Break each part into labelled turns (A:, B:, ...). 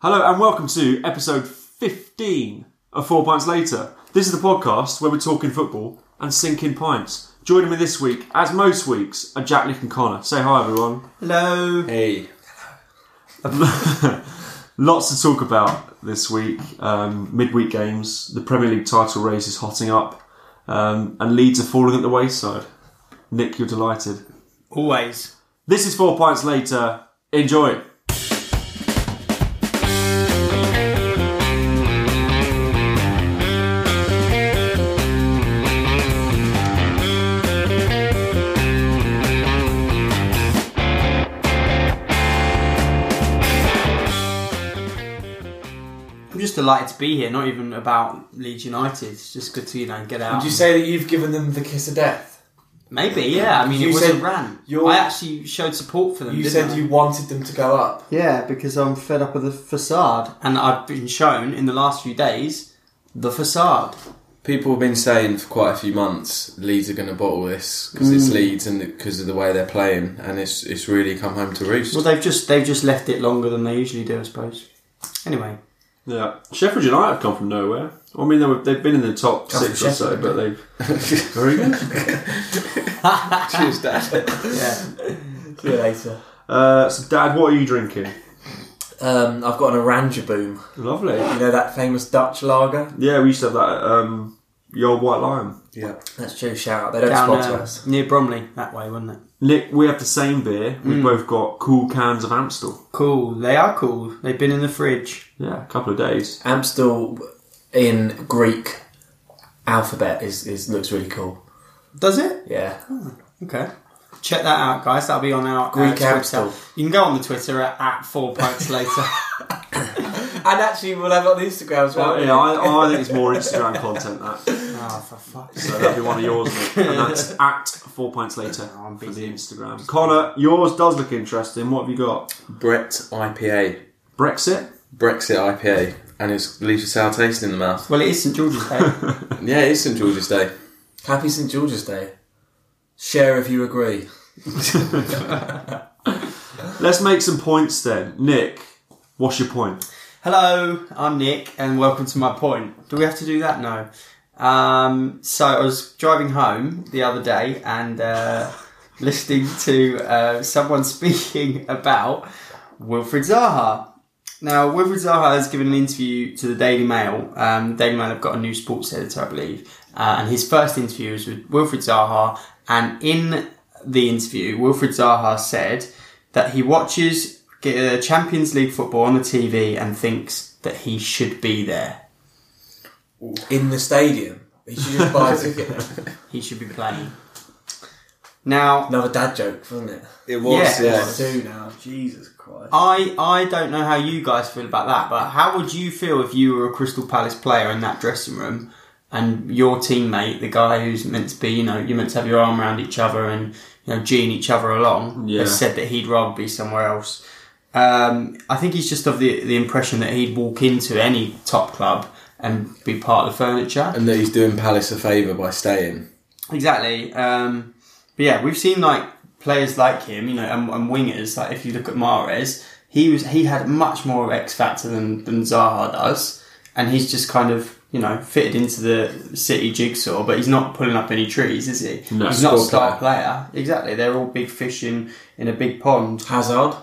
A: Hello and welcome to episode 15 of Four Pints Later. This is the podcast where we're talking football and sinking pints. Joining me this week, as most weeks, are Jack, Nick, and Connor. Say hi, everyone.
B: Hello.
C: Hey.
A: Lots to talk about this week. Um, midweek games, the Premier League title race is hotting up, um, and Leeds are falling at the wayside. Nick, you're delighted.
B: Always.
A: This is Four Pints Later. Enjoy.
B: I'm just delighted to be here. Not even about Leeds United. It's just good to you know get out.
C: Would you say that you've given them the kiss of death?
B: Maybe, yeah. I mean,
C: You
B: it was
C: said
B: a rant.
C: you're-
B: I actually showed support for them.
C: You said
B: didn't I?
C: you wanted them to go up.
D: Yeah, because I'm fed up with the facade.
B: and I've been shown in the last few days the facade.
E: People have been saying for quite a few months Leeds are going to bottle this because it's Leeds and because of the way they're playing, and it's it's really come home to roost.
B: Well, they've just they've just left it longer than they usually do, I suppose. Anyway,
A: Yeah, Sheffield United have come from nowhere. I mean, they were, they've been in the top
C: Come
A: six
C: from
A: or so,
C: Sheffield,
A: but they've very good.
E: Cheers, Dad.
C: Yeah. See you later.
A: Uh, so, Dad, what are you drinking?
C: Um, I've got an Oranje boom.
A: Lovely.
C: You know that famous Dutch lager?
A: Yeah, we used to have that. at, Um, your White Lion.
E: Yeah,
C: That's true. Shout out. They don't
B: down
C: sponsor
B: uh,
C: us.
B: near Bromley that way, wasn't it?
A: Nick, we have the same beer. We've both got cool cans of Amstel.
B: Cool. They are cool. They've been in the fridge.
A: Yeah, a couple of days.
C: Amstel in Greek alphabet is, is looks really cool.
B: Does it?
C: Yeah.
B: Okay. Check that out, guys. That'll be on our
C: Greek
B: our Twitter.
C: Amstel.
B: You can go on the Twitter at, at four pints later.
C: And actually, we'll have it on the Instagram as well.
A: Well, yeah, I, I think it's more Instagram content that.
B: oh, for fuck's
A: So that'll be one of yours, Nick. And that's at four pints later
B: Oh, I'm
A: for the
B: busy.
A: Instagram. Connor, yours does look interesting. What have you got?
E: Brett IPA,
A: Brexit?
E: Brexit IPA, and it leaves a sour taste in the mouth.
B: Well, it is St George's Day.
E: Yeah, it's St George's Day.
C: Happy St George's Day. Share if you agree.
A: Let's make some points then. Nick, what's your point?
B: Hello, I'm Nick, and welcome to my point. Do we have to do that? No. Um, so I was driving home the other day and uh, listening to uh, someone speaking about Wilfred Zaha. Now, Wilfred Zaha has given an interview to the Daily Mail. Um, Daily Mail have got a new sports editor, I believe, uh, and his first interview was with Wilfred Zaha. And in the interview, Wilfred Zaha said that he watches uh, Champions League football on the TV and thinks that he should be there.
C: In the stadium. You should just buy a ticket.
B: He should be playing. Now,
C: Another dad joke, wasn't it?
E: It
B: was, Yeah.
C: It's two now. Jesus Christ.
B: I I don't know how you guys feel about that, but how would you feel if you were a Crystal Palace player in that dressing room and your teammate, the guy who's meant to be, you know, you're meant to have your arm around each other and you know, gene each other along,
A: Yeah.
B: has said that he'd rather be somewhere else. Um, I think he's just of the the impression that he'd walk into any top club and be part of the furniture.
E: And that he's doing Palace a favour by staying.
B: Exactly. Um, but yeah, we've seen like players like him, you know, and, and wingers. Like if you look at Mares, he was he had much more of X factor than than Zaha does, and he's just kind of you know fitted into the City jigsaw. But he's not pulling up any trees, is he?
A: No,
B: he's not a
E: score
B: star player. Exactly. They're all big fish in in a big pond.
C: Hazard.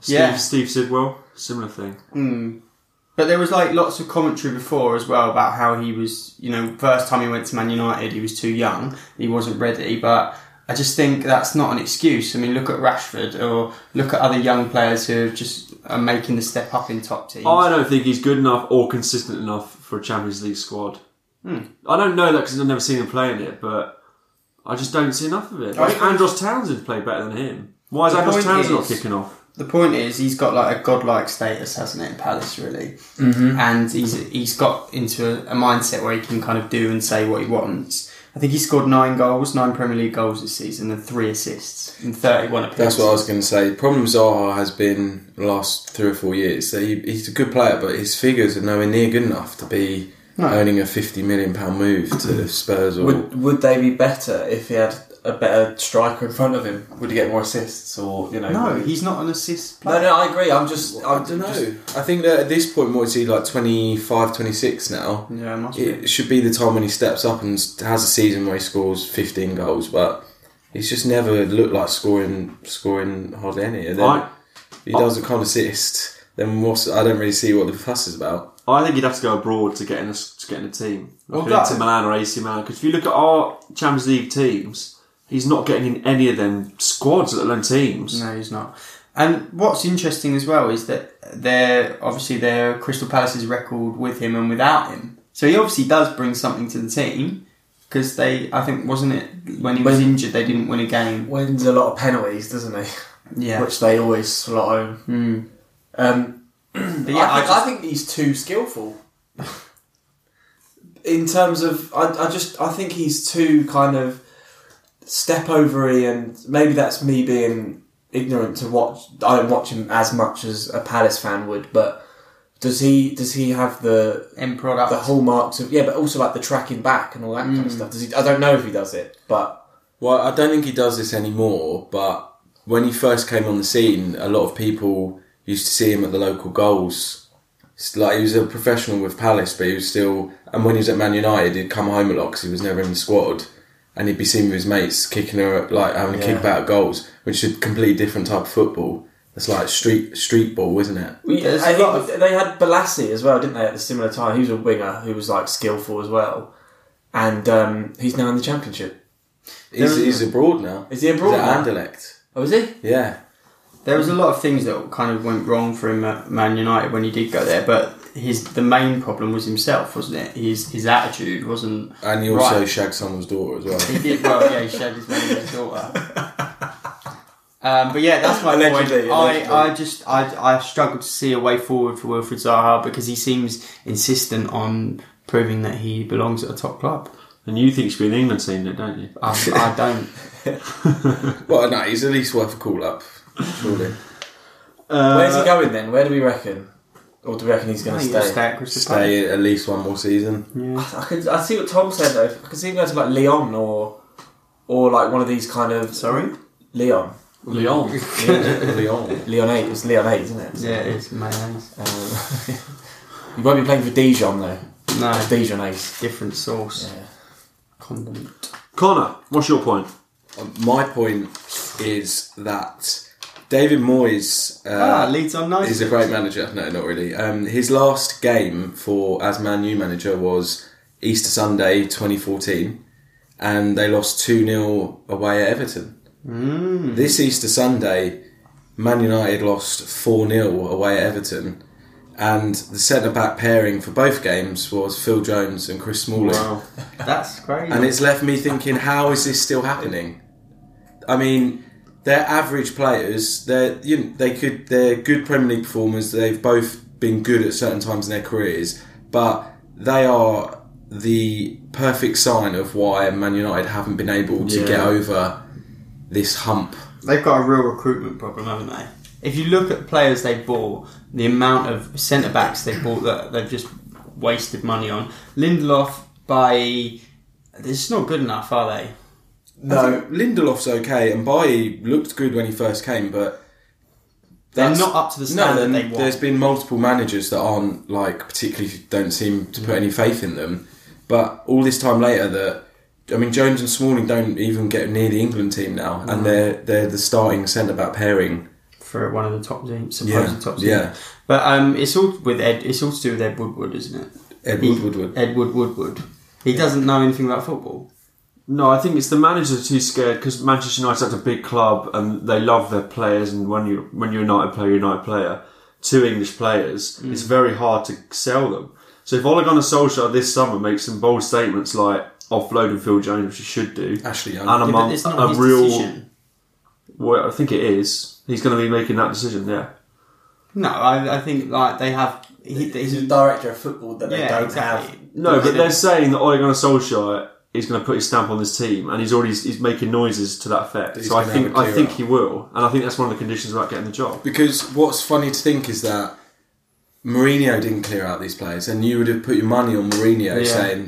A: Steve,
B: Yeah.
A: Steve Sidwell, similar thing.
B: Hmm. But there was like lots of commentary before as well about how he was, you know, first time he went to Man United, he was too young, he wasn't ready. But I just think that's not an excuse. I mean, look at Rashford or look at other young players who have just are making the step up in top teams.
A: I don't think he's good enough or consistent enough for a Champions League squad.
B: Hmm.
A: I don't know that because I've never seen him playing it, but I just don't see enough of it. I think Andros Townsend played better than him. Why is
B: The
A: Andros
B: point
A: Townsend not
B: is-
A: kicking off?
B: the point is, he's got like a godlike status, hasn't it, in Palace really? Mm-hmm. And he's he's got into a, a mindset where he can kind of do and say what he wants. I think he scored nine goals, nine Premier League goals this season, and three assists in thirty-one appearances.
E: That's what I was going to say. The problem with Zaha has been the last three or four years. that He, he's a good player, but his figures are nowhere near good enough to be
B: No.
E: owning a fifty million pound move to Spurs or
C: Would would they be better if he had
E: a better striker in front of him? Would he get more assists or you know?
B: No, he's not an assist player.
E: No, no, I agree. I'm just, I,
B: I
E: don't know.
B: dunno.
E: I think that at this point, what is he like 25, 26 now?
B: Yeah, it must be.
E: It should be the time when he steps up and has a season where he scores 15 goals, but he's just never looked like scoring, scoring hardly any. And then
A: I,
E: if he doesn't can't assist. Then what's, I don't really see what the fuss is about.
A: I think you'd have to go abroad to get in a, to get in a team. Like
B: Well,
A: Inter
B: that-
A: Milan or AC Milan. Because if you look at our Champions League teams, he's not getting in any of them squads, let alone teams.
B: No, he's not. And what's interesting as well is that they're obviously they're Crystal Palace's record with him and without him. So he obviously does bring something to the team because they, I think, wasn't it when he was injured they didn't win a game.
C: Wins a lot of penalties, doesn't he?
B: Yeah,
C: Which they always slot home.
B: mm.
C: Um,
B: but
C: yeah, I,
B: yeah, I,
C: think,
B: just,
C: I think he's too skillful.
F: in terms of I, I just I think he's too kind of step overy and maybe that's me being ignorant to watch I don't watch him as much as a Palace fan would, but does he does he have the
B: end product.
F: the hallmarks of yeah, but also like the tracking back and all that
B: Mm.
F: kind of stuff. Does he I don't know if he does it, but
E: Well, I don't think he does this anymore, but when he first came on the scene, a lot of people used to see him at the local goals. It's like he was a professional with Palace, but he was still. And when he was at Man United, he'd come home a lot because he was never in the squad, and he'd be seen with his mates kicking her like having a
C: Yeah.
E: kick about at goals, which is a completely different type of football. It's like street street ball, isn't it?
F: we,
B: There's
F: I
B: a lot
F: think they had Balassi as well, didn't they? At the similar time, he was a winger who was like skillful as well, and um, he's now in the championship.
E: He's,
B: There-
E: he's abroad now.
F: Is he abroad
E: He's at
F: now?
E: Anderlecht.
F: Oh, is he?
E: Yeah,
B: There was a lot of things that kind of went wrong for him at Man United when he did go there, but his the main problem was himself, wasn't it? His his attitude wasn't.
E: and he also
B: Right.
E: shagged someone's daughter as well.
B: He did well, yeah. He shagged his manager's daughter. Um, but yeah, that's my point.
F: Allegedly, allegedly.
B: I, I just I, I struggle to see a way forward for Wilfred Zaha because he seems insistent on proving that he belongs at a top club.
A: And you think he should be in the England team, don't you?
B: I, I don't.
E: well, no, he's at least worth a call up, surely.
F: Where's
B: Uh,
F: he going then? Where do we reckon? Or do we reckon he's going to
B: Mate, you'll
F: stay?
B: at Crystal Palace.
E: Stay at least one more season.
F: I, I could, I see what Tom said though. I could see him going to like Leon or or like one of these kind of
B: Sorry.
F: Leon.
A: Leon.
E: Leon.
F: Leon eight. It's Leon eight, isn't it?
B: Yeah, it's mayonnaise.
F: Um, you won't be playing for Dijon though.
B: No,
F: That's Dijon ace.
B: different sauce.
F: Yeah.
B: Condiment.
A: Connor, what's your point?
E: Um, My point is that David Moyes
B: ah,
E: uh,
B: leads on nicely.
E: is a great manager. No, not really. Um, his last game for as Man U manager was Easter Sunday 2014, and they lost 2 0 away at Everton. Mm. This Easter Sunday, Man United lost 4 0 away at Everton. And the centre back pairing for both games was Phil Jones and Chris Smalling.
B: That's crazy.
E: And it's left me thinking, how is this still happening? I mean, they're average players. They're you know, they could they're good Premier League performers. They've both been good at certain times in their careers, but they are the perfect sign of why Man United haven't been able to
A: Yeah.
E: get over this hump.
B: They've got a real recruitment problem, haven't they? If you look at players they bought, the amount of centre backs they bought that they've just wasted money on. Lindelof by it's not good enough, are they?
E: I think Lindelof's okay, and Bailly looked good when he first came, but
B: They're
E: that's-
B: not up to the standard
E: no,
B: they want.
E: There's been multiple managers that aren't like particularly don't seem to
B: Mm.
E: put any faith in them. But all this time later, that I mean, Jones and Smalling don't even get near the England team now,
B: Mm.
E: and they're they're the starting centre back pairing.
B: For one of the top teams, supposed
E: Yeah,
B: top teams.
E: yeah.
B: But um, it's all with Ed. It's all to do with Ed Woodward, isn't it?
E: Ed
B: He-
E: Woodward would.
B: Ed Wood- Woodward. He doesn't know anything about football.
A: No, I think it's the managers are too scared because Manchester United's such a big club and they love their players. And when you when you're a United player, you're a United player. Two English players, it's very hard to sell them. So if Ole Gunnar Solskjaer this summer makes some bold statements like offloading Phil Jones, which he should do,
E: Ashley Young.
A: and a,
B: Yeah, but
A: mon-
B: it's not
A: a
B: his
A: real,
B: decision.
A: well, I think it is. He's going to be making that decision. Yeah,
B: No, I, I think like they have. He,
F: He's a
B: he-
F: director of football that they
B: yeah,
F: don't
B: exactly.
A: no, but they're saying that Ole Gunnar Solskjaer is going to put his stamp on this team, and he's already he's making noises to that effect.
E: He's
A: so I
E: gonna
A: think
E: have a
A: I think
E: clear-up.
A: he will, and I think that's one of the conditions about getting the job.
E: Because what's funny to think is that Mourinho didn't clear out these players, and you would have put your money on Mourinho
B: Yeah.
E: saying,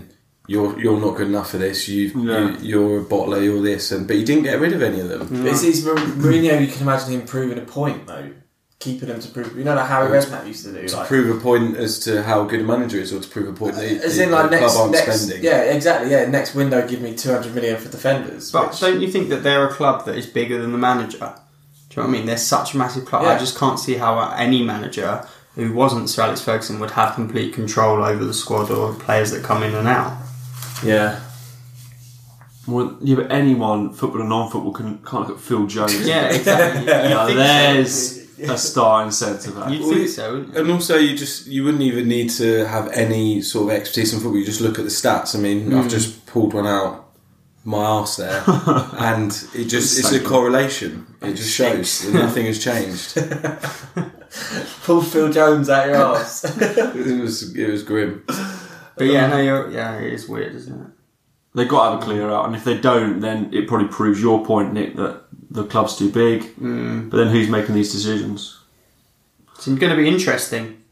E: you're you're not good enough for this. You've,
A: Yeah.
E: you you're a bottler. You're this, and but he didn't get rid of any of them.
F: It's, it's Mar- Mourinho. You can imagine him proving a point though, keeping him to prove. You know, like Harry Redknapp used to do.
E: to
F: like,
E: prove a point as to how good a manager is, or to prove a point that
F: as
E: the-
F: in, like
E: the
F: next,
E: club aren't
F: next,
E: spending.
F: yeah, exactly, yeah. Next window, give me two hundred million for defenders.
B: But
F: which-
B: don't you think that they're a club that is bigger than the manager? Do you know what I mean? They're such a massive club. I
F: Yeah.
B: just can't see how any manager who wasn't Sir Alex Ferguson would have complete control over the squad or the players that come in and out.
F: yeah,
A: Well, yeah, but anyone, football and non-football, can can't look at Phil Jones.
B: Yeah, exactly.
A: You know,
B: think so.
A: there's a star incentive. there.
B: You'd
E: Well,
B: think
E: it-
B: so, wouldn't you?
E: And also, you just you wouldn't even need to have any sort of expertise in football. You just look at the stats. I mean,
F: Mm.
E: I've just pulled one out my arse there, and it just it's a correlation. It just shows that nothing has changed.
F: pull Phil Jones out your ass.
E: It was it was grim.
B: But yeah, no, you're, yeah, it is weird, isn't it?
A: They got to have a clear out, and if they don't, then it probably proves your point, Nick, that the club's too big. Mm. But then who's making these decisions?
B: Hmm. It's going to be interesting.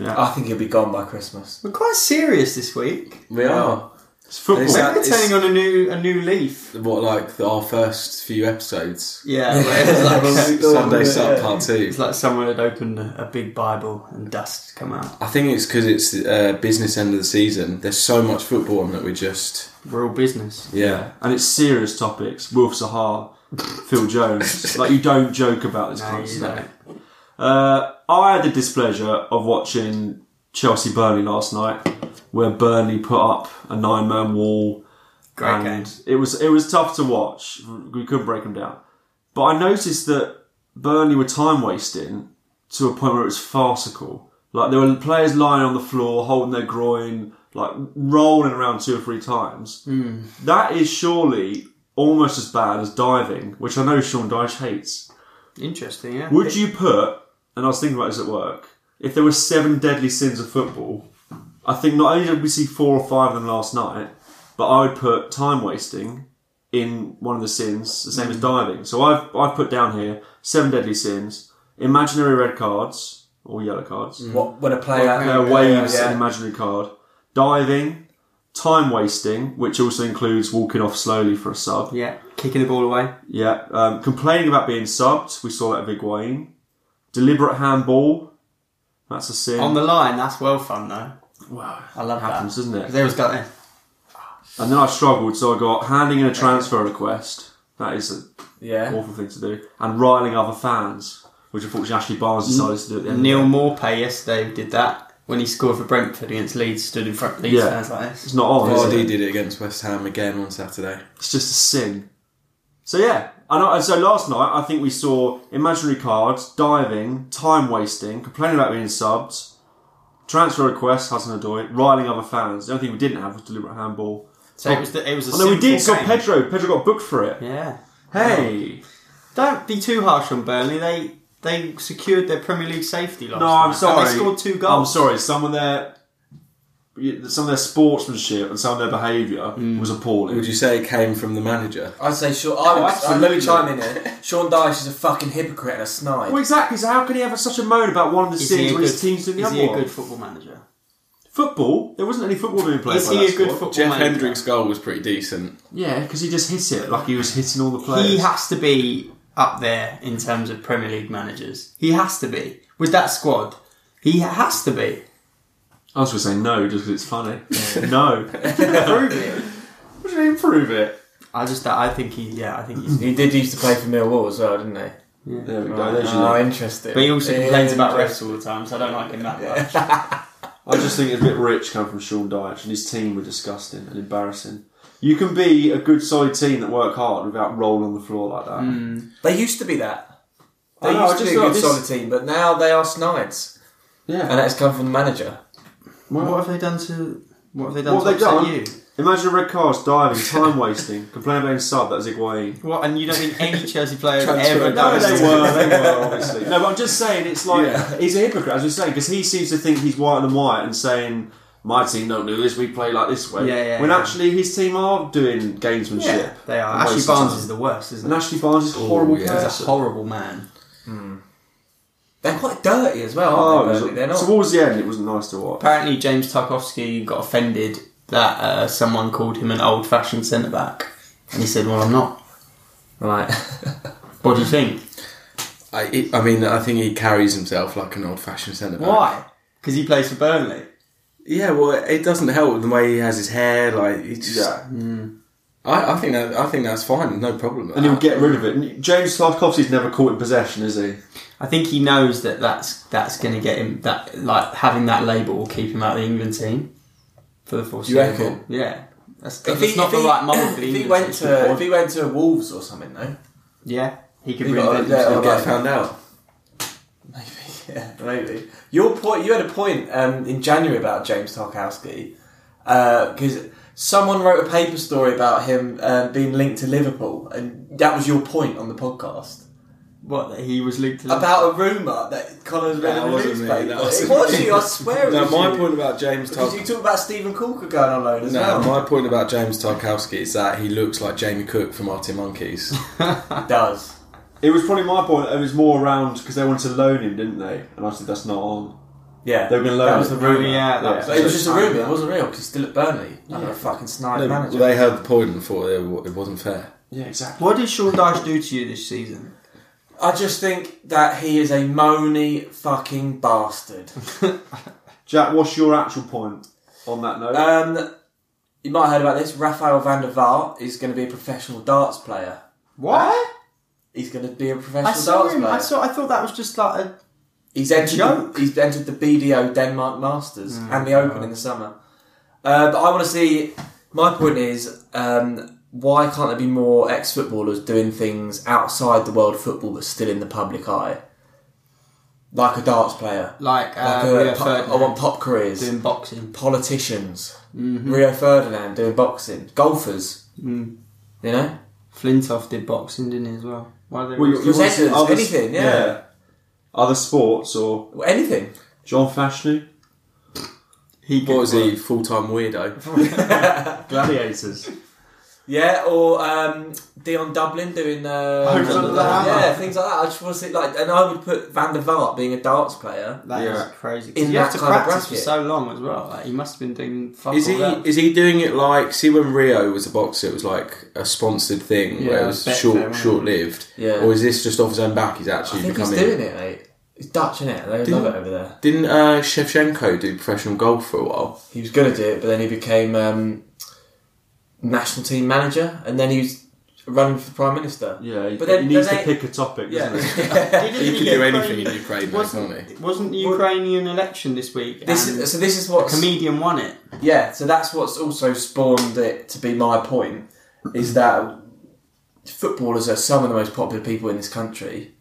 E: Ah,
A: Yeah,
F: I think he'll be gone by Christmas.
B: We're quite serious this week.
E: We are
A: it's football.
E: Is that-
B: We're turning on a new a new leaf.
E: what like the, our first few episodes.
B: Yeah, where it's like
E: Sunday Sub Part Two.
B: it's like someone had opened a, a big Bible and dust come out.
E: I think it's because it's the uh, business end of the season. There's so much football on that we just
B: We're all business.
E: yeah.
A: and it's serious topics. Wolf Sahar, Phil Jones. Like you don't joke about this
B: No,
A: kind of
B: you
A: stuff.
B: don't.
A: Uh, I had the displeasure of watching Chelsea Burnley last night, where Burnley put up a nine-man wall.
B: Great
A: and
B: game.
A: It was it was tough to watch. We couldn't break them down. But I noticed that Burnley were time wasting to a point where it was farcical. Like there were players lying on the floor, holding their groin, like rolling around two or three times.
B: Hmm.
A: That is surely almost as bad as diving, which I know Sean Dyche hates.
B: Interesting, yeah.
A: Would you put? And I was thinking about this at work. If there were seven deadly sins of football, I think not only did we see four or five of them last night, but I would put time wasting in one of the sins, the same
F: Mm.
A: as diving. So I've I've put down here seven deadly sins, imaginary red cards or yellow cards,
F: What when a player
A: uh,
F: Mm. Yeah,
A: waves
F: yeah.
A: an imaginary card, diving, time wasting, which also includes walking off slowly for a sub.
B: Yeah, kicking the ball away.
A: Yeah, um, complaining about being subbed. We saw that at Higuain. Deliberate handball. That's a sin.
B: On the line, that's well fun though.
A: wow,
B: I love
A: happens, doesn't
B: that.
A: it?
B: There was got there.
A: And then I struggled, so I got handing in a transfer request. That is an
F: yeah.
A: awful thing to do. And riling other fans, which unfortunately Ashley Barnes decided to do at the end.
B: Neil
A: of the
B: Morpay yesterday did that when he scored for Brentford against Leeds, stood in front of Leeds
A: Yeah.
B: fans like
A: day.
B: this.
A: it's not on. Is
E: Vardy
A: it?
E: did it against West Ham again on Saturday.
A: It's just a sin. So yeah, and I, so last night I think we saw imaginary cards, diving, time wasting, complaining about being subbed, transfer requests, Hassan Adoy, riling other fans. The only thing we didn't have was deliberate handball.
B: So it was the, it was a
A: Oh, no, we
B: simple
A: did. So
B: game.
A: Pedro, Pedro got booked for it.
B: Yeah.
A: Hey,
B: Don't be too harsh on Burnley. They they secured their Premier League safety last
A: no,
B: night.
A: I'm sorry.
B: And they scored two goals.
A: I'm sorry. Some of their, some of their sportsmanship and some of their behaviour
B: Mm.
A: was appalling.
E: Would you say it came from the manager?
F: I'd say sure. I
A: Oh,
F: would, let me
A: absolutely.
F: chime in here. Sean Dyche is a fucking hypocrite and a snide.
A: well, exactly. So how can he have such a moan about one of the
B: Is
A: sins
B: he a
A: when
B: good,
A: his team's doing the
B: is
A: other
B: he a
A: one?
B: good football manager?
A: Football? There wasn't any football being played.
B: Is
A: by
B: he
A: that
B: a good
A: squad.
B: football
E: Jeff
B: manager?
E: Hendrick's goal was pretty decent.
A: Yeah, because he just hit it like he was hitting all the players.
B: He has to be up there in terms of Premier League managers. He has to be with that squad. He has to be.
A: I was going to say no just because it's funny. no.
B: Prove it.
A: What do you mean prove it?
B: I just I think he yeah I think
A: Mm-hmm.
B: he's.
F: He did used to play for Millwall as well, didn't he?
A: There we go.
F: Oh,
A: there's your-
F: interesting.
B: But he also
F: Yeah,
B: complains about
F: interesting.
B: refs all the time, so I don't like him that much.
A: I just think it's a bit rich coming from Sean Dyche and his team were disgusting and embarrassing. You can be a good solid team that work hard without rolling on the floor like that.
B: Hmm.
F: They used to be that. They
A: I know, I
F: used to
A: just
F: be a
A: thought
F: good
A: this-
F: solid team, but now they are snides, and
A: Yeah.
F: that's come from the manager.
A: Well,
B: What have they done to? What have they done
A: What
B: to
A: have they
B: upset
A: done?
B: you?
A: imagine red cars diving, time wasting, complaining about being sub. That's Higuain.
B: What? And you don't think any Chelsea player has
E: Transfer.
B: ever
E: No,
B: done
E: they
B: this?
A: were. They were obviously. No, but I'm just saying it's like
E: Yeah.
A: he's a hypocrite, as we're saying, because he seems to think he's white and white and saying. My team don't do this. We play like this way.
B: Yeah, yeah,
A: when
B: yeah.
A: actually his team are doing gamesmanship.
B: Yeah, they are.
A: and
B: Ashley
A: wasting
B: Barnes
A: time.
B: is the worst, isn't
A: and
B: he?
A: Ashley Barnes is a horrible.
E: yeah.
A: person.
B: He's a horrible man.
F: They're quite dirty as well,
A: Oh,
F: aren't
A: it
F: they?
A: was-
F: Burnley? They're not.
A: towards the end, it wasn't nice to watch.
B: Apparently, James Tarkovsky got offended that uh, someone called him an old fashioned centre back, and he said, "Well, I'm not."
F: Right.
B: What do you think?
E: I, he- I mean, I think he carries himself like an old-fashioned centre back.
B: Why? Because he plays for Burnley.
E: Yeah, well, it doesn't help the way he has his hair. Like, he just. mm.
A: Yeah.
E: I, I think that I think that's fine. No problem. with
A: And he'll
E: that.
A: get rid of it. And James Slavkovsky's never caught in possession, is he?
B: I think he knows that that's that's going to get him that like having that label will keep him out of the England team for the foreseeable.
E: reckon?
B: Yeah, that's,
F: If
B: that's
F: he,
B: not
F: if
B: the
F: he-
B: right model for the
F: if
B: England
F: he went
B: team.
F: to if he went to Wolves or something though,
B: yeah, he could
F: He got
B: reinvent
F: a- yeah,
B: himself.
E: He'll get found out.
F: maybe yeah, maybe. Your point, you had a point um, in January about James Tarkowski because someone wrote a paper story about him uh, being linked to Liverpool, and that was your point on the podcast
B: What that he was linked to
F: about a rumor that Connor's read
E: That
F: in the
E: wasn't me,
F: newspaper.
E: that
F: it
E: wasn't
F: was
E: me.
F: you, I swear. It
E: No,
F: was
E: my
F: you.
E: point about James
F: Because you
E: Tarkowski.
F: talk about Stephen Coulter going on loan as
E: No,
F: well.
E: my point about James Tarkowski is that he looks like Jamie Cook from Artie Monkeys.
F: It does.
A: It was probably my point. It was more around because they wanted to loan him, didn't they? And I said that's not on.
F: Yeah.
A: They were going to loan.
F: That was
A: him.
F: the rumour.
B: yeah, that was-
F: But it was just a rumour, it wasn't real, because he's still at Burnley. Under a fucking snide
E: No,
F: manager.
E: they heard the point and thought it it wasn't fair.
A: yeah, exactly.
B: What did Sean Dyche do to you this season?
F: I just think that he is a moany fucking bastard.
A: Jack, what's your actual point on that note?
F: Um, you might have heard about this. Raphael van der Vaart is going to be a professional darts player.
B: What?
F: He's going to be a
B: I
F: professional
B: saw
F: darts
B: him.
F: player.
B: I saw. I thought that was just like a
F: He's entered,
B: Joke.
F: The, he's entered the BDO Denmark Masters
B: Mm.
F: and the Open in the summer. Uh, but I want to see. My point is, um, why can't there be more ex-footballers doing things outside the world of football but still in the public eye, like a darts player,
B: like uh,
F: like a
B: Rio
F: pop-
B: Ferdinand
F: I want pop careers,
B: doing boxing.
F: politicians, Rio Ferdinand doing boxing, golfers.
B: Mm.
F: You know,
B: Flintoff did boxing, didn't he as well? Why they?
A: Well, you- you wanna see
F: presenters,
A: other-
F: anything, yeah.
A: Other sports or
F: anything.
A: John Fashnu?
B: he
E: What was
B: could-
E: he? Full time weirdo.
A: Gladiators.
F: Yeah, or um, Dion Dublin doing uh,
A: Homes Under the Hammer.
F: yeah things like that. I just want to see like, and I would put Van der Vaart being a darts player.
B: That is
A: Yeah.
B: crazy. 'Cause
F: In
B: you have
F: that
B: to
F: kind of
B: practice for
F: bracket.
B: so long as well. Like, he must have been doing fuck
E: Is
B: all
E: he
B: that.
E: is he doing it like see when Rio was a boxer? It was like a sponsored thing where
B: Yeah,
E: it was
B: Betfair,
E: short
B: wasn't it?
E: short lived.
F: Yeah.
E: Or is this just off his own back? He's
F: I
E: actually
F: think he's
E: becoming.
F: doing it, mate. He's Dutch, innit? They
E: Didn't-
F: love it over there.
E: Didn't uh, Shevchenko do professional golf for a while?
F: He was gonna do it, but then he became um, national team manager, and then he was running for prime minister.
A: Yeah, he,
F: But then-
A: he needs
F: then
A: to
F: they-
A: pick a topic,
F: Yeah.
A: doesn't he?
B: Didn't
E: He
B: he
E: could
B: get
E: do anything
B: crazy?
E: in Ukraine, though,
B: Wasn't,
E: can't he?
B: wasn't the Ukrainian election this week?
F: This
B: and
F: is, so this is
B: a
F: what's
B: comedian won it.
F: yeah. So that's what's also spawned it to be my point is that footballers are some of the most popular people in this country.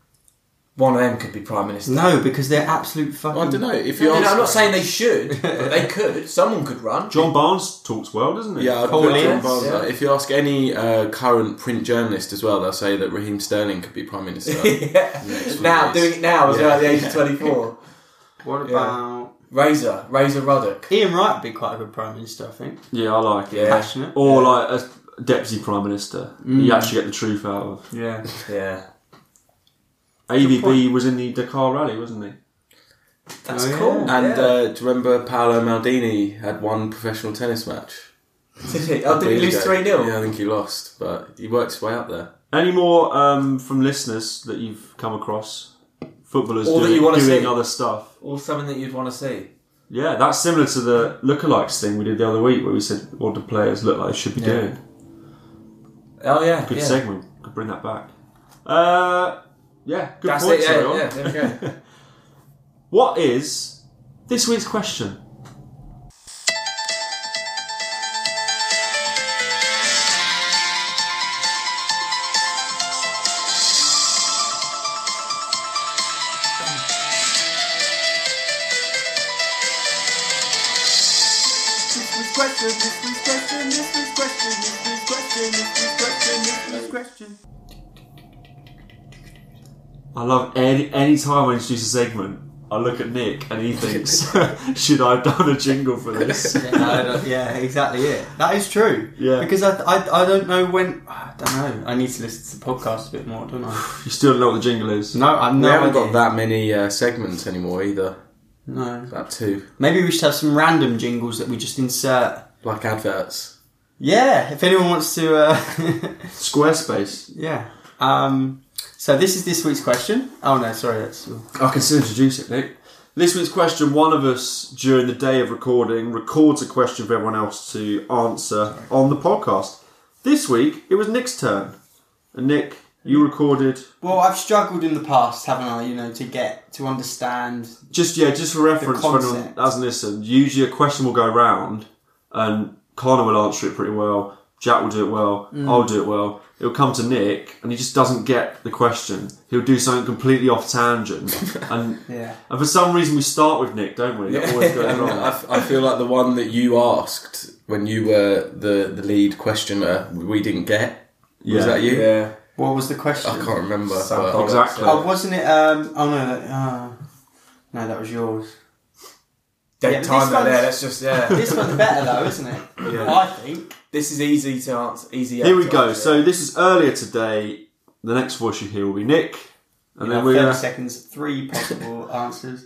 F: One of them could be prime minister.
B: No, because they're absolute fucking.
E: I don't know. If
F: No,
E: you
F: no,
E: ask,
F: no, I'm not saying they should, but they could. Someone could run.
A: John Barnes talks well, doesn't he?
E: Yeah, I'd
B: Paul
E: put John
B: Lance,
E: Barnes
F: yeah.
E: there. If you ask any uh, current print journalist as well, they'll say that Raheem Sterling could be prime minister.
F: yeah.
E: Next
F: Now
E: few years.
F: doing it now as
E: Yeah.
F: well at the age of 24.
B: What
F: Yeah.
B: about
F: Razor, Razor Ruddock.
B: Ian Wright? Would be quite a good prime minister, I think.
A: Yeah, I like it.
F: Yeah. Mm.
B: Passionate.
A: Or like a deputy prime minister. You actually get the truth out of.
B: Yeah.
F: Yeah,
A: AVB was in the Dakar Rally, wasn't he?
F: that's
B: Oh,
F: cool.
B: yeah.
E: And
F: yeah.
E: uh, do you remember Paolo Maldini had one professional tennis match?
F: did he? Oh, did he lose
E: Years
F: three
E: ago.
F: 0
E: Yeah, I think he lost, but he worked his way up there.
A: Any more um, from listeners that you've come across? Footballers
F: Or that
A: doing,
F: you wanna
A: doing
F: see.
A: other stuff.
F: Or something that you'd want to see.
A: Yeah, that's similar to the lookalikes thing we did the other week, where we said what do players look like they should be
F: Yeah.
A: doing.
F: Oh yeah,
A: Good
F: yeah.
A: segment. Could bring that back. Uh, yeah, good
F: That's
A: points,
F: it. Yeah,
A: everyone.
F: yeah, there we go.
A: What is this week's question? I love any any time I introduce a segment, I look at Nick and he thinks, "Should I have done a jingle for this?"
B: No, that- yeah, exactly it. That is true.
A: Yeah.
B: Because I, I, I don't know when. I don't know. I need to listen to podcasts a bit more, don't I?
A: you still don't know what the jingle is.
B: No, I've
E: We
B: no
E: haven't
B: idea.
E: got that many uh, segments anymore either.
B: No.
E: About two.
B: Maybe we should have some random jingles that we just insert
E: like adverts.
B: Yeah, if anyone wants to, uh,
A: Squarespace.
B: yeah. Um, so this is this week's question. Oh no, sorry, that's
A: I can still introduce it, Nick. This week's question one of us during the day of recording records a question for everyone else to answer on the podcast. This week it was Nick's turn. And Nick, you recorded
B: well. I've struggled in the past, haven't I? You know, to get to understand.
A: just yeah, just for reference for anyone
B: concept.
A: that hasn't listened, usually a question will go round and Connor will answer it pretty well, Jack will do it well,
B: Mm.
A: I'll do it well. It'll come to Nick and he just doesn't get the question. He'll do something completely off tangent. and
B: Yeah.
A: and for some reason we start with Nick, don't we? That always goes wrong.
E: I, f- I feel like the one that you asked when you were the, the lead questioner, we didn't get.
A: Yeah.
E: Was that you?
F: Yeah.
B: What was the question?
E: I can't remember.
F: Some
E: but-
F: products.
A: Exactly.
B: Oh, wasn't it? Um, oh no, that, uh, no, that was yours.
F: Don't
B: Yeah, but this
F: time that there.
B: one's-
F: Let's just yeah.
B: This one's better though, isn't it? I think.
F: this is easy to answer. Easy.
A: Here we
F: to
A: go.
F: answer.
A: So this is earlier today. The next voice you hear will be Nick, and
B: You
A: then uh,
B: know,
A: we're
B: 30
A: gonna,
B: seconds, three possible answers.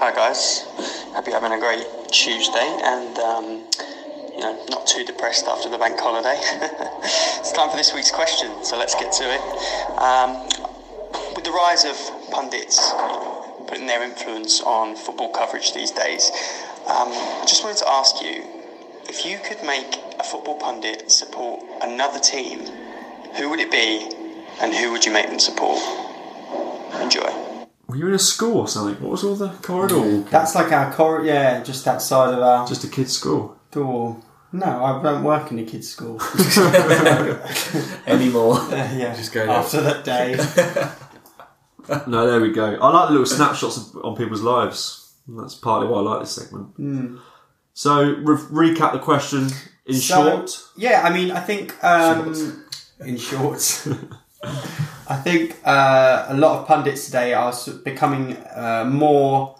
G: Hi guys, hope you're having a great Tuesday and um, you know not too depressed after the bank holiday. it's time for this week's question, so let's get to it. Um, with the rise of pundits putting their influence on football coverage these days, um, I just wanted to ask you if you could make a football pundit support another team, who would it be, and who would you make them support? Enjoy.
A: were you in a school or something? What was all the corridor?
B: That's like our cor. Yeah, just that side of our
A: Just a kid's school.
B: door. No, I don't work in a kids' school.
F: Uh,
C: anymore.
B: yeah,
E: Just go
B: after that day.
A: No, there we go. I like the little snapshots of, on people's lives. And That's partly why I like this segment.
F: Hmm.
A: So re- recap the question in
B: So,
A: short.
B: Yeah, I mean, I think um, in shorts. I think uh, a lot of pundits today are s- becoming uh, more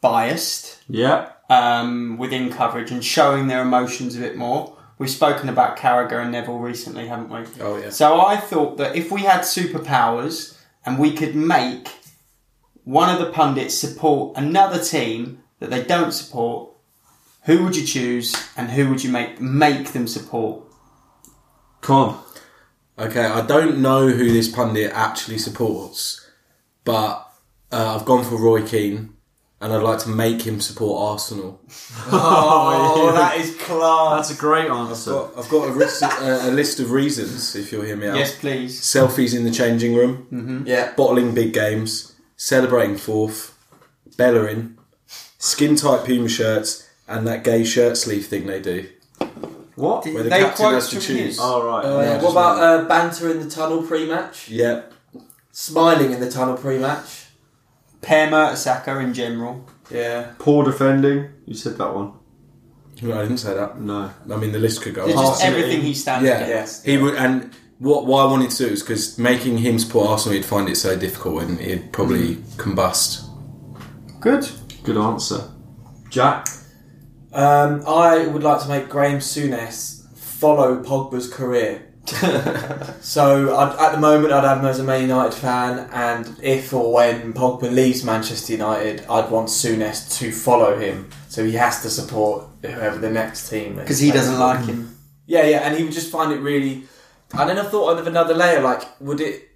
B: biased
A: Yeah,
B: um, within coverage and showing their emotions a bit more. We've spoken about Carragher and Neville recently, haven't we?
E: Oh, yeah.
B: So I thought that if we had superpowers and we could make one of the pundits support another team that they don't support, who would you choose and who would you make make them support?
A: Con.
E: Okay, I don't know who this pundit actually supports, but uh, I've gone for Roy Keane, and I'd like to make him support Arsenal.
F: Oh, that is class.
A: That's a great answer.
E: But I've got a, list of, a, a list of reasons, if you'll hear me out.
B: Yes, please.
E: Selfies in the changing room, mm-hmm.
F: Yeah.
E: bottling big games, celebrating fourth, Bellerin, skin-tight Puma shirts, and that gay shirt sleeve thing they do.
A: What?
E: Where the
B: They
E: captain
B: quote
E: has to
B: from
E: choose.
B: his.
A: All right.
F: Uh,
E: Yeah,
F: what
E: just
F: about uh, banter in the tunnel pre-match?
E: Yeah,
F: Smiling in the tunnel pre-match.
B: Pear Mertesacker in general.
F: Yeah.
A: Poor defending. You said that one.
E: No, I didn't say that.
A: No.
E: I mean, the list could go
B: It's
E: on.
B: just
A: Arsenal.
B: everything he stands
E: Yeah,
B: against.
F: Yes.
E: He would, and what why I wanted to do is because making him support Arsenal, he'd find it so difficult, and he'd probably combust.
B: Good.
A: Good answer. Jack.
F: Um, I would like to make Graham Souness follow Pogba's career. so I'd, at the moment, I'd have him as a Man United fan, and if or when Pogba leaves Manchester United, I'd want Souness to follow him. So he has to support whoever the next team is.
B: Because he doesn't like him.
F: Yeah, yeah, and he would just find it really. And then I thought of another layer. Like, would it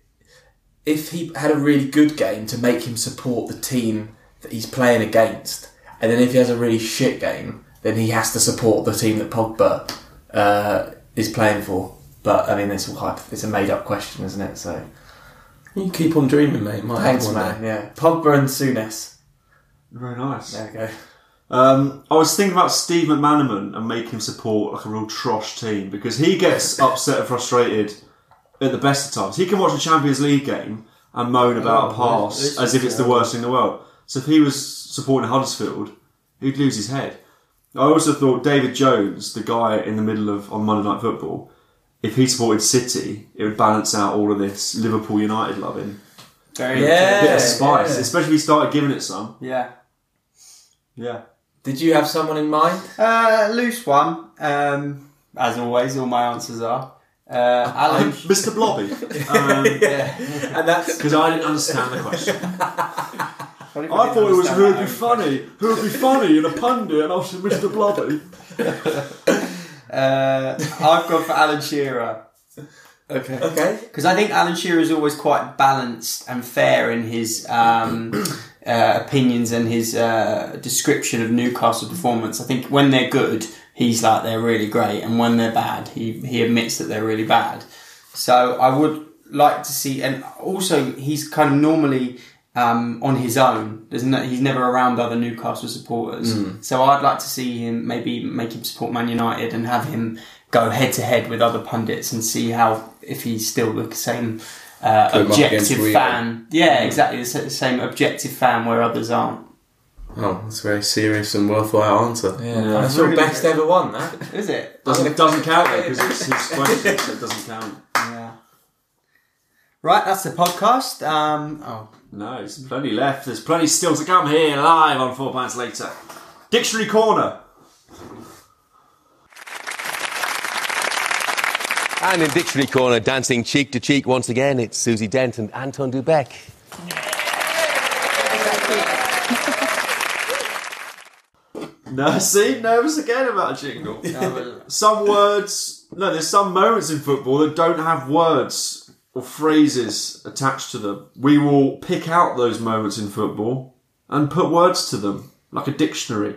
F: if he had a really good game to make him support the team that he's playing against, and then if he has a really shit game, then he has to support the team that Pogba uh, is playing for. But I mean, it's all hype. It's a made-up question, isn't it? So
E: You keep on dreaming, mate. Might
F: thanks,
E: happen one
F: man. Yeah, Pogba and Souness.
A: Very nice.
F: There we go.
A: Um, I was thinking about Steve McManaman and make him support like a real trosh team because he gets upset and frustrated at the best of times. He can watch a Champions League game and moan
F: Oh,
A: about a pass as if it's the worst thing in the world. So if he was supporting Huddersfield, he'd lose his head. I also thought David Jones, the guy in the middle of on Monday Night Football, if he supported City, it would balance out all of this Liverpool United loving.
B: Very
F: Yeah.
A: Bit of
B: good.
A: spice,
F: yeah.
A: especially if he started giving it some.
B: Yeah.
A: Yeah.
F: Did you have someone in mind?
B: Uh, loose one. Um, as always, all my answers are. Uh, Alan.
A: Mr. Blobby. Um,
B: yeah.
F: And that's
A: Because I didn't understand the question.
B: I funny. but
A: I
B: didn't
A: thought it was who would be
B: understand
A: funny, who would be funny, and a pundit, and I was Mr. Blobby.
B: that one. Uh, I've gone for Alan Shearer.
E: Okay.
F: Okay.
B: Because I think Alan Shearer is always quite balanced and fair in his um, uh, opinions and his uh, description of Newcastle performance. I think when they're good, he's like they're really great, and when they're bad, he he admits that they're really bad. So I would like to see, and also he's kind of normally um, on his own. There's no, he's never around other Newcastle supporters.
E: Hmm.
B: So I'd like to see him maybe make him support Man United and have him go head to head with other pundits and see how if he's still the same uh,
E: Put him up against
B: objective
E: Rio.
B: fan. Yeah, exactly the sa- same objective fan where others aren't.
E: Oh, that's a very serious and worthwhile answer.
F: Yeah, that's your best ever one. That
B: Is it?
A: Doesn't, doesn't count though, because it's his question, so it doesn't count.
B: Yeah. Right, that's the podcast. Um, oh,
A: No, there's plenty left. There's plenty still to come here live on Four Pints Later. Dictionary Corner.
H: And in Dictionary Corner, dancing cheek to cheek once again, it's Susie Dent and Anton Dubek.
A: No, see, nervous again about a jingle. some words, no, there's some moments in football that don't have words or phrases attached to them. We will pick out those moments in football and put words to them, like a dictionary.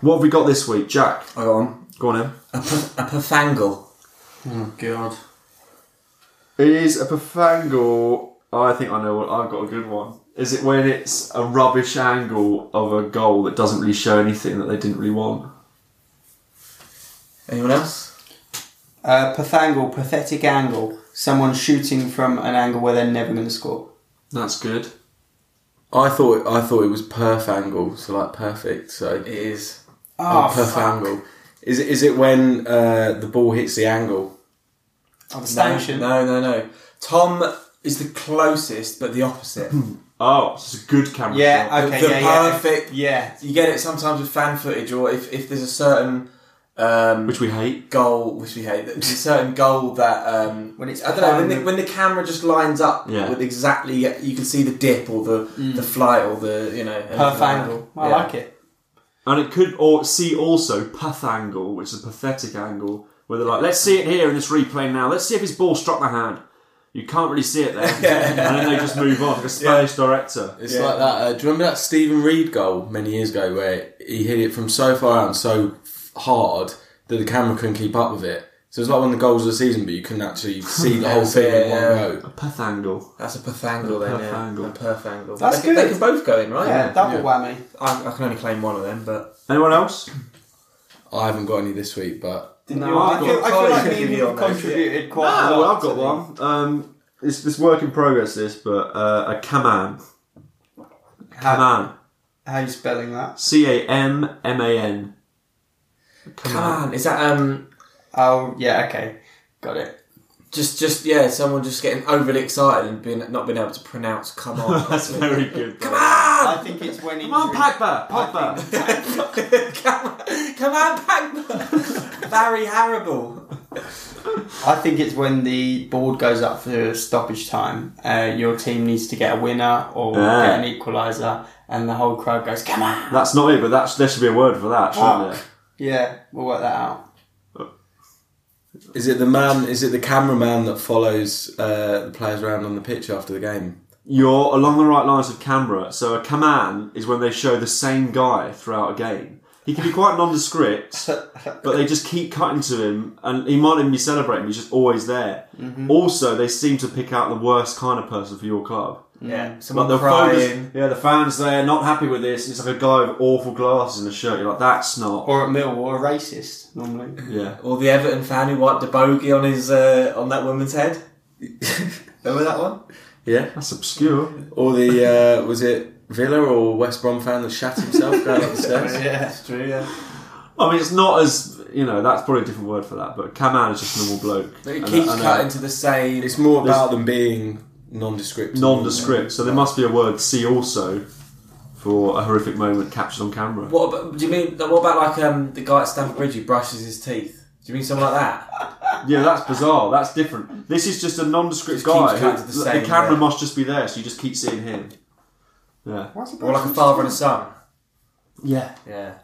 A: What have we got this week, Jack?
F: go on.
A: Go on in.
F: A, perf- a perfangle.
B: God.
A: Is a perfangle. I think I know what I've got a good one. Is it when it's a rubbish angle of a goal that doesn't really show anything that they didn't really want?
F: Anyone else?
B: Uh, pathangle, pathetic angle. Someone shooting from an angle where they're never going to score.
A: That's good.
E: I thought I thought it was perf angle, so like perfect. So it is oh, perf angle. Is it is it when uh, the ball hits the angle?
B: Oh, the
F: No,
B: stanchion.
F: no, no, no. Tom is the closest, but the opposite.
A: Oh, it's a good camera
B: Yeah,
A: shot.
B: okay,
F: the
B: yeah, yeah.
F: perfect-
B: Yeah.
F: you get it sometimes with fan footage, or if, if there's a certain um,
A: Which we hate.
F: goal, which we hate, there's a certain goal that um,
B: When it's
F: I don't know when
B: behind
F: the,
B: the-
F: when the camera just lines up
A: Yeah.
F: with exactly you can see the dip or the the flight or the you know anything
B: Mm.
F: like
B: Perf
F: that.
B: angle. I
F: Yeah.
B: like it.
A: And it could or see also path angle, which is a pathetic angle, where they're like, let's see it here in this replay now. Let's see if his ball struck the hand. You can't really see it there. And then they just move on. Like a Spanish director.
E: It's like that. Uh, do you remember that Stephen Reed goal many years ago where he hit it from so far out and so f- hard that the camera couldn't keep up with it? So it was like one of the goals of the season, but you couldn't actually see the whole thing in one
F: Yeah.
E: go.
A: A path angle.
F: That's a perfangle
A: A
F: then, yeah.
A: perfangle.
F: A perfangle.
B: That's
F: they, can- They
B: good.
F: can both go in, right?
B: Yeah, double
E: yeah.
B: whammy.
F: I, I can only claim one of them, but
A: Anyone else?
E: I haven't got any this week, but
B: No, I
A: I've
B: feel, I
A: got-
B: feel like
F: Colin
B: me and
F: should be
B: you
F: on those,
B: contributed quite
A: No,
B: a lot.
A: Oh, well, I've got one. Um, it's this work in progress. This, but uh, a caman,
B: How,
A: caman,
B: how you spelling that?
A: C A M M A N.
F: man, is that um
B: Oh, yeah, okay. Got it.
F: just just yeah someone just getting overly excited and being not being able to pronounce come on. Ah!
A: That's very good. Come
B: I think it's when
A: Come on, Pogba, Pogba.
F: come on, come on, Pogba. Barry Harrible.
B: I think it's when the board goes up for stoppage time. Uh, your team needs to get a winner or
A: Ah.
B: get an equaliser, and the whole crowd goes, "Come on!"
A: That's not it, but that's there should be a word for that, shouldn't there?
B: Yeah, we'll work that out.
E: is it the man? Is it the cameraman that follows uh, the players around on the pitch after the game?
A: You're along the right lines of camera. So a caman is when they show the same guy throughout a game. He can be quite nondescript, but they just keep cutting to him, and he might even be celebrating. He's just always there.
F: Mm-hmm.
A: Also, they seem to pick out the worst kind of person for your club.
B: Mm.
F: Yeah,
A: But
F: someone
A: the
F: crying.
A: fans, yeah, the fans there not happy with this. It's like a guy with awful glasses and a shirt. You're like, that's not.
B: Or at Millwall, a racist normally.
A: Yeah,
F: Or the Everton fan who wiped a bogey on his uh, on that woman's head. Remember that one?
E: Yeah.
A: that's obscure.
E: Or the uh, was it Villa or West Brom fan that shat himself going up the stairs?
B: Yeah.
F: True, yeah.
A: I mean, it's not as you know. That's probably a different word for that. But Kaman is just a normal bloke.
F: But it
A: And-
F: keeps
A: and, uh,
F: cutting to the same.
E: It's more about them being nondescript.
A: nondescript. So there must be a word C also for a horrific moment captured on camera.
F: What about, do you mean? What about like um, the guy at Stamford Bridge who brushes his teeth? Do you mean someone like that?
A: Yeah, that's bizarre. That's different. This is just a nondescript
F: Just keeps
A: guy.
F: cutting
A: who-
F: to the
A: the
F: same
A: camera
F: bit.
A: must just be there, so you just keep seeing him. Yeah.
F: Or like a father and a son.
D: Yeah.
F: Yeah.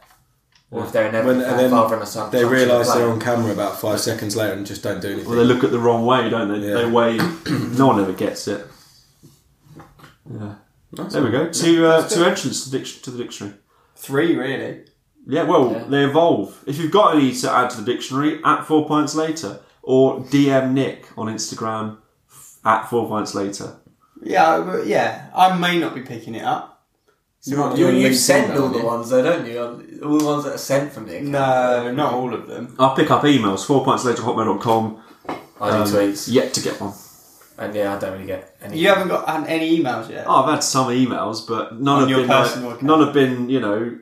F: Or if they're in
E: When,
F: heaven,
E: and then
F: father and a son.
E: they
F: touching
E: realise
F: the
E: they're
F: plane.
E: on camera about five seconds later and just don't do anything.
A: Well, they look at the wrong way, don't they?
E: Yeah.
A: They wave. no one ever gets it. Yeah. there we go. Two uh, two entrants to, dic- to the dictionary.
B: Three, really.
A: Yeah, well, they evolve. If you've got any to add to the dictionary, at four pints later, or DM Nick on Instagram at four pints later.
B: Yeah, but yeah. I may not be picking it up.
E: You're on
F: You,
E: LinkedIn
F: you send
E: now,
F: all the
E: aren't you?
F: ones though, don't you? All the ones that are sent from Nick.
B: No, not all of them.
A: I'll pick up emails. Four pints later, hotmail.com.
F: I do
E: Um,
F: tweets,
A: Yet to get one.
F: and yeah, I don't really get any.
B: You haven't got an- any emails yet.
A: Oh, I've had some emails, but none
B: On
A: have
B: your
A: been like,
B: personal account.
A: none have been you know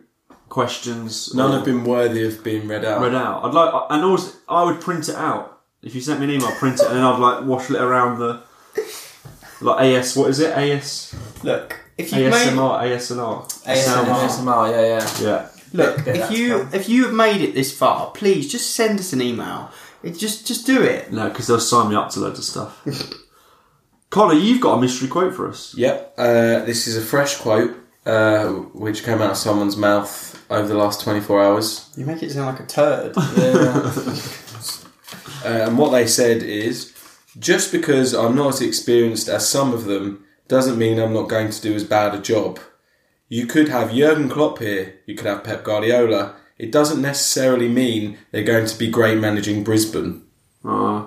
A: questions.
E: None
A: or
E: have been worthy of being read out.
A: read out. I'd like, and also I would print it out. If you sent me an email, print it, and then I'd like waffle it around the like AS. What is it? AS
B: Look, if you made
A: ASMR ASNR.
B: ASMR.
F: ASMR, yeah, yeah.
A: Yeah.
B: look,
F: Yeah,
B: if
F: that's
B: you
F: fine.
B: if you have made it this far, please just send us an email. It, just just do it.
A: No, because they'll sign me up to loads of stuff. Connor, you've got a mystery quote for us.
E: Yep, uh, this is a fresh quote uh, which came out of someone's mouth over the last 24 hours.
B: You make it sound like a turd.
E: Uh, and what they said is just because I'm not as experienced as some of them doesn't mean I'm not going to do as bad a job. You could have Jurgen Klopp here, you could have Pep Guardiola. It doesn't necessarily mean they're going to be great managing Brisbane.
A: Uh,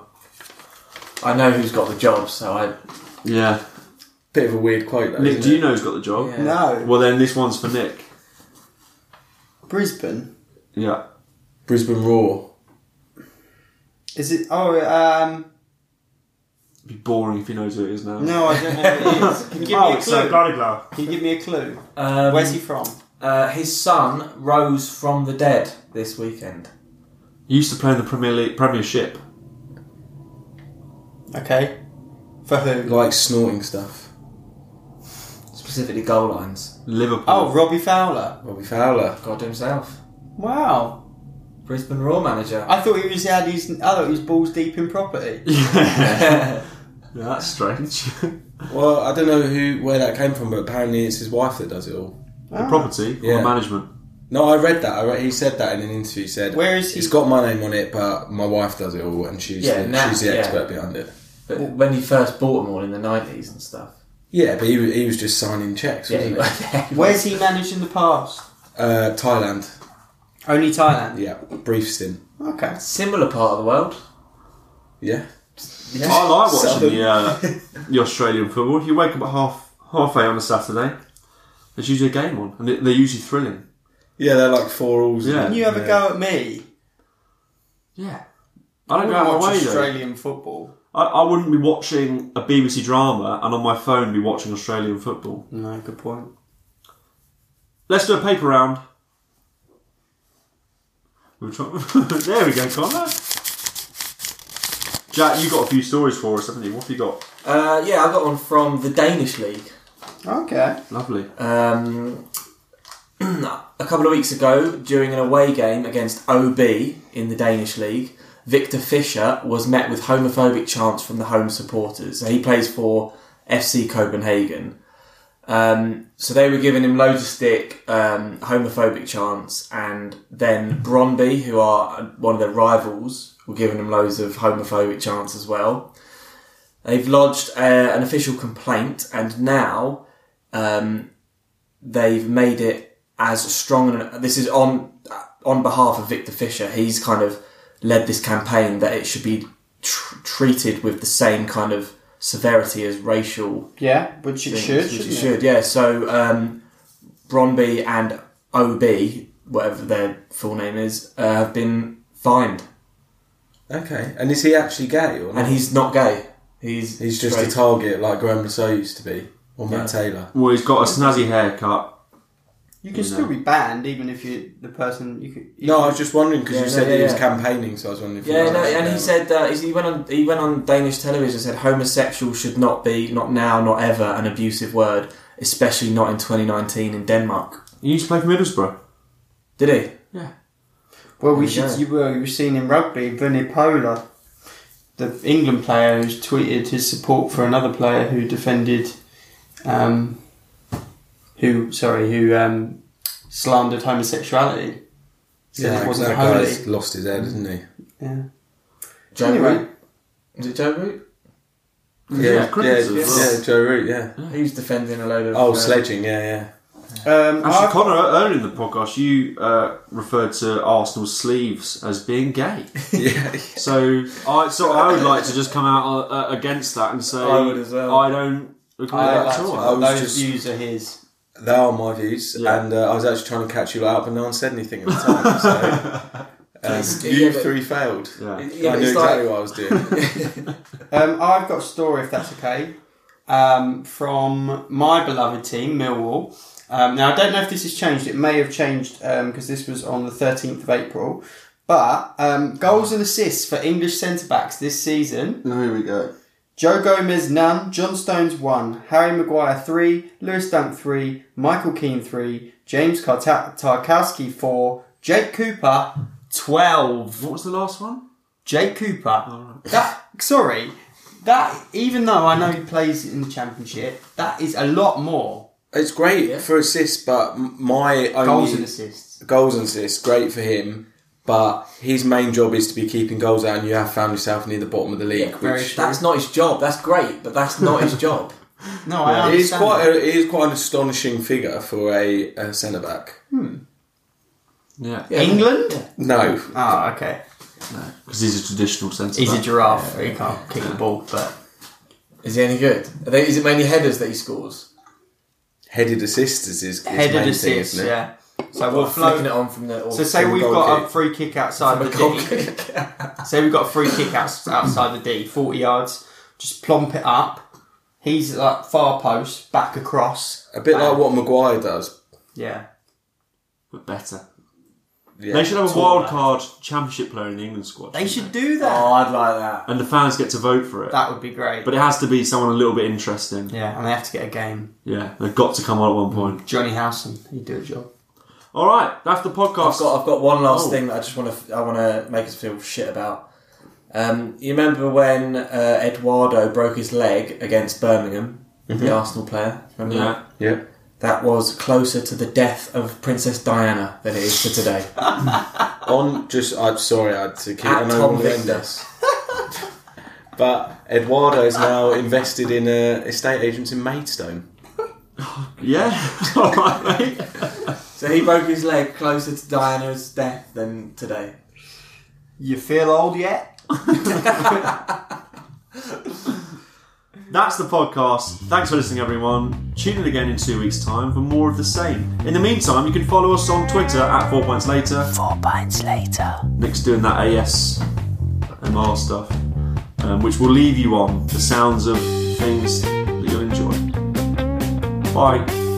F: I know who's got the job, so I.
A: yeah.
E: Bit of a weird quote, though.
A: Nick,
E: isn't
A: do you
E: Oh, it?
A: know who's got the job?
F: Yeah.
B: no,
A: Well, then this one's for Nick.
B: Brisbane.
A: Yeah.
E: Brisbane Raw.
B: Is it? Oh, um,
A: It'd be boring if he knows who it is now.
B: no, I don't know. Who it is. Can you give me a clue?
A: Gladyglow.
B: Can you give me a clue?
F: Um,
B: Where's he from?
F: Uh, his son rose from the dead this weekend.
A: He used to play in the Premier League, Premiership.
B: Okay, for who?
E: Like snorting stuff.
F: Specifically, goal lines.
A: Liverpool.
B: Oh, Robbie Fowler.
E: Robbie Fowler.
F: God himself.
B: Wow,
F: Brisbane Raw manager.
B: I thought he was had his. I thought he was balls deep in property.
A: yeah.
F: yeah,
A: Yeah, that's strange.
E: Well, I don't know who where that came from, but apparently it's his wife that does it all.
B: Ah.
A: the property or
E: Yeah.
A: the management.
E: No, I read that. I read, he said that in an interview. He said,
B: Where is he?
E: It's got my name on it, but my wife does it all, and she's
F: Yeah,
E: the,
F: now,
E: she's the
F: yeah.
E: expert behind it."
F: but when he first bought them all in the nineties and stuff.
E: Yeah, but he, wa- he was just signing checks,
F: Yeah,
E: wasn't
F: he,
E: he?
B: Where's he managed in the past?
E: Uh, Thailand.
B: Only Thailand.
E: Yeah, brief stint.
B: Okay.
F: similar part of the world.
E: Yeah,
A: I like watching
E: Southern.
A: the, uh, the Australian football. You wake up at half half eight on a Saturday. There's usually a game on, and it- they're usually thrilling.
E: yeah, they're like four alls.
A: Yeah.
B: Can you have a go at me?
A: Yeah. I
B: I
A: don't go
B: wouldn't
A: out of my
B: watch
A: way though.
B: Australian football.
A: I, I wouldn't be watching a BBC drama and on my phone be watching Australian football.
B: No, good point.
A: Let's do a paper round. We'll try- there we go, Connor. Jack, you got a few stories for us, haven't you? What have you got?
F: Uh, yeah, I got one from the Danish league.
B: Okay.
A: Lovely.
F: Um, a couple of weeks ago, during an away game against OB in the Danish league, Victor Fischer was met with homophobic chants from the home supporters. So he plays for FC Copenhagen. Um, so they were giving him loads of stick, um, homophobic chants, and then Brøndby, who are one of their rivals, were giving him loads of homophobic chants as well. They've lodged uh, an official complaint, and now um, they've made it as strong. An, this is on on behalf of Victor Fisher. He's kind of led this campaign that it should be tr- treated with the same kind of severity as racial
B: Yeah, which it
F: things,
B: should.
F: which
B: shouldn't
F: it should, yeah. So um, Bronby and OB, whatever their full name is, uh, have been fined,
E: Okay, and is he actually gay or not?
F: and he's not gay. He's
E: he's just
F: straight.
E: a target like Graham Lasso used to be, or Matt Taylor.
A: Well, he's got a snazzy haircut.
B: You can still be banned even if you the person you could. You
E: No, I
B: could-
E: was just wondering because
F: Yeah,
E: you
F: no,
E: said
F: yeah,
E: he was
F: yeah.
E: campaigning, so I was wondering. If
F: Yeah,
E: was
F: no,
E: actually
F: and
E: gay
F: he
E: or
F: said uh, he's- he went on he went on Danish television and said homosexual should not be not now not ever an abusive word, especially not in 2019 in Denmark.
A: He used to play for Middlesbrough.
F: Did he?
B: well, we
F: There you
B: should. You were you were seen in rugby, Vinny Pola, the England player who's tweeted his support for another player who defended, um, who sorry who um, slandered homosexuality. Said it wasn't
E: that
B: holy.
E: guy's lost his head, didn't he?
B: Yeah.
F: Joe
B: Anyway.
F: Root. Is it Joe Root?
E: Yeah, yeah,
A: Crickets as well.
E: yeah, Joe Root, yeah.
F: He was defending a load of.
E: Oh,
F: uh,
E: sledging, yeah, yeah.
B: Um,
A: Actually,
B: I've-
A: Connor, earlier in the podcast, you uh, referred to Arsenal's sleeves as being gay.
E: yeah.
A: So I, so I would like to just come out uh, against that and say
F: I would as well.
A: I don't agree with
B: I
A: that
B: like
A: at
B: to-
A: all.
E: I was
B: those
E: just-
B: views are his.
E: They are my views,
A: Yeah.
E: and uh, I was actually trying to catch you lot out, but no one said anything at the time. So, um, you
F: uh, but-
E: three failed.
A: Yeah.
F: Yeah,
E: I
F: but
E: knew
F: it's
E: exactly
F: like,
E: what I was doing.
B: Um, I've got a story, if that's okay, um, from my beloved team, Millwall. Um, now, I don't know if this has changed. It may have changed because this was on the 13th of April. But um, goals and assists for English centre backs this season
D: Oh, here we go.
B: Joe Gomez, none. John Stones, one. Harry Maguire, three. Lewis Dunk, three. Michael Keane, three. James Karta- Tarkowski, four. Jake Cooper, 12.
A: What was the last one?
B: Jake Cooper. That sorry, that even though I know he plays in the championship, that is a lot more
E: It's great for assists, but m- my only
B: goals and assists.
E: goals and assists, great for him. But his main job is to be keeping goals out, and you have found yourself near the bottom of the league,
B: very
E: which
B: true.
E: that's
F: that's not his job. That's great, but that's not his job.
B: No, I
E: it is
B: understand.
E: quite a, it is quite an astonishing figure for a, a centre back.
A: Yeah,
B: that. England.
E: No,
B: Ah, okay.
A: because he's a traditional centre.
B: He's a
A: back.
B: giraffe. He can't kick the ball, but
F: Is he any good? Are they, is it mainly headers that he scores?
E: headed assists is his, his main
B: headed
E: thing,
B: assists.
E: isn't it?
B: Yeah. So we'll
F: Flicking it
B: float.
F: on from the. Or
B: So say
E: from
B: we've
E: goal
B: got a
E: kick.
B: free kick outside the
F: goal
B: D. Say we've got a free kick outs- outside the D, forty yards. Just plomp it up. He's at like far post, back across.
E: A bit like what Maguire does.
B: Yeah.
A: but better.
E: Yeah.
A: They should have a wild card championship player in the England squad.
B: They should do that.
F: oh, I'd like that.
A: and the fans get to vote for it.
B: That would be great.
A: but it has to be someone a little bit interesting. Yeah,
B: yeah, and they have to get a game.
A: they've got to come on at one point.
B: Johnny Howson, he'd do a job.
A: All right, that's the podcast.
F: I've got, I've got one last
A: Oh.
F: thing that I just want to I want to make us feel shit about. Um, you remember when uh, Eduardo broke his leg against Birmingham, the Arsenal player? Remember that?
A: yeah,
E: Yeah.
F: That was closer to the death of Princess Diana than it is to today.
E: On just, I'm sorry, I had to keep. I
F: At
E: know
F: Tom
E: I'm doing
F: Victor.
E: this. But Eduardo is now invested in a estate agent in Maidstone.
A: yeah. All right, mate.
F: So he broke his leg closer to Diana's death than today.
B: You feel old yet?
A: That's the podcast. Thanks for listening, everyone. Tune in again in two weeks' time for more of the same. In the meantime, you can follow us on Twitter at Four Pints Later. Four Pints Later. Nick's doing that AS MR stuff, um, which will leave you on the sounds of things that you'll enjoy. Bye.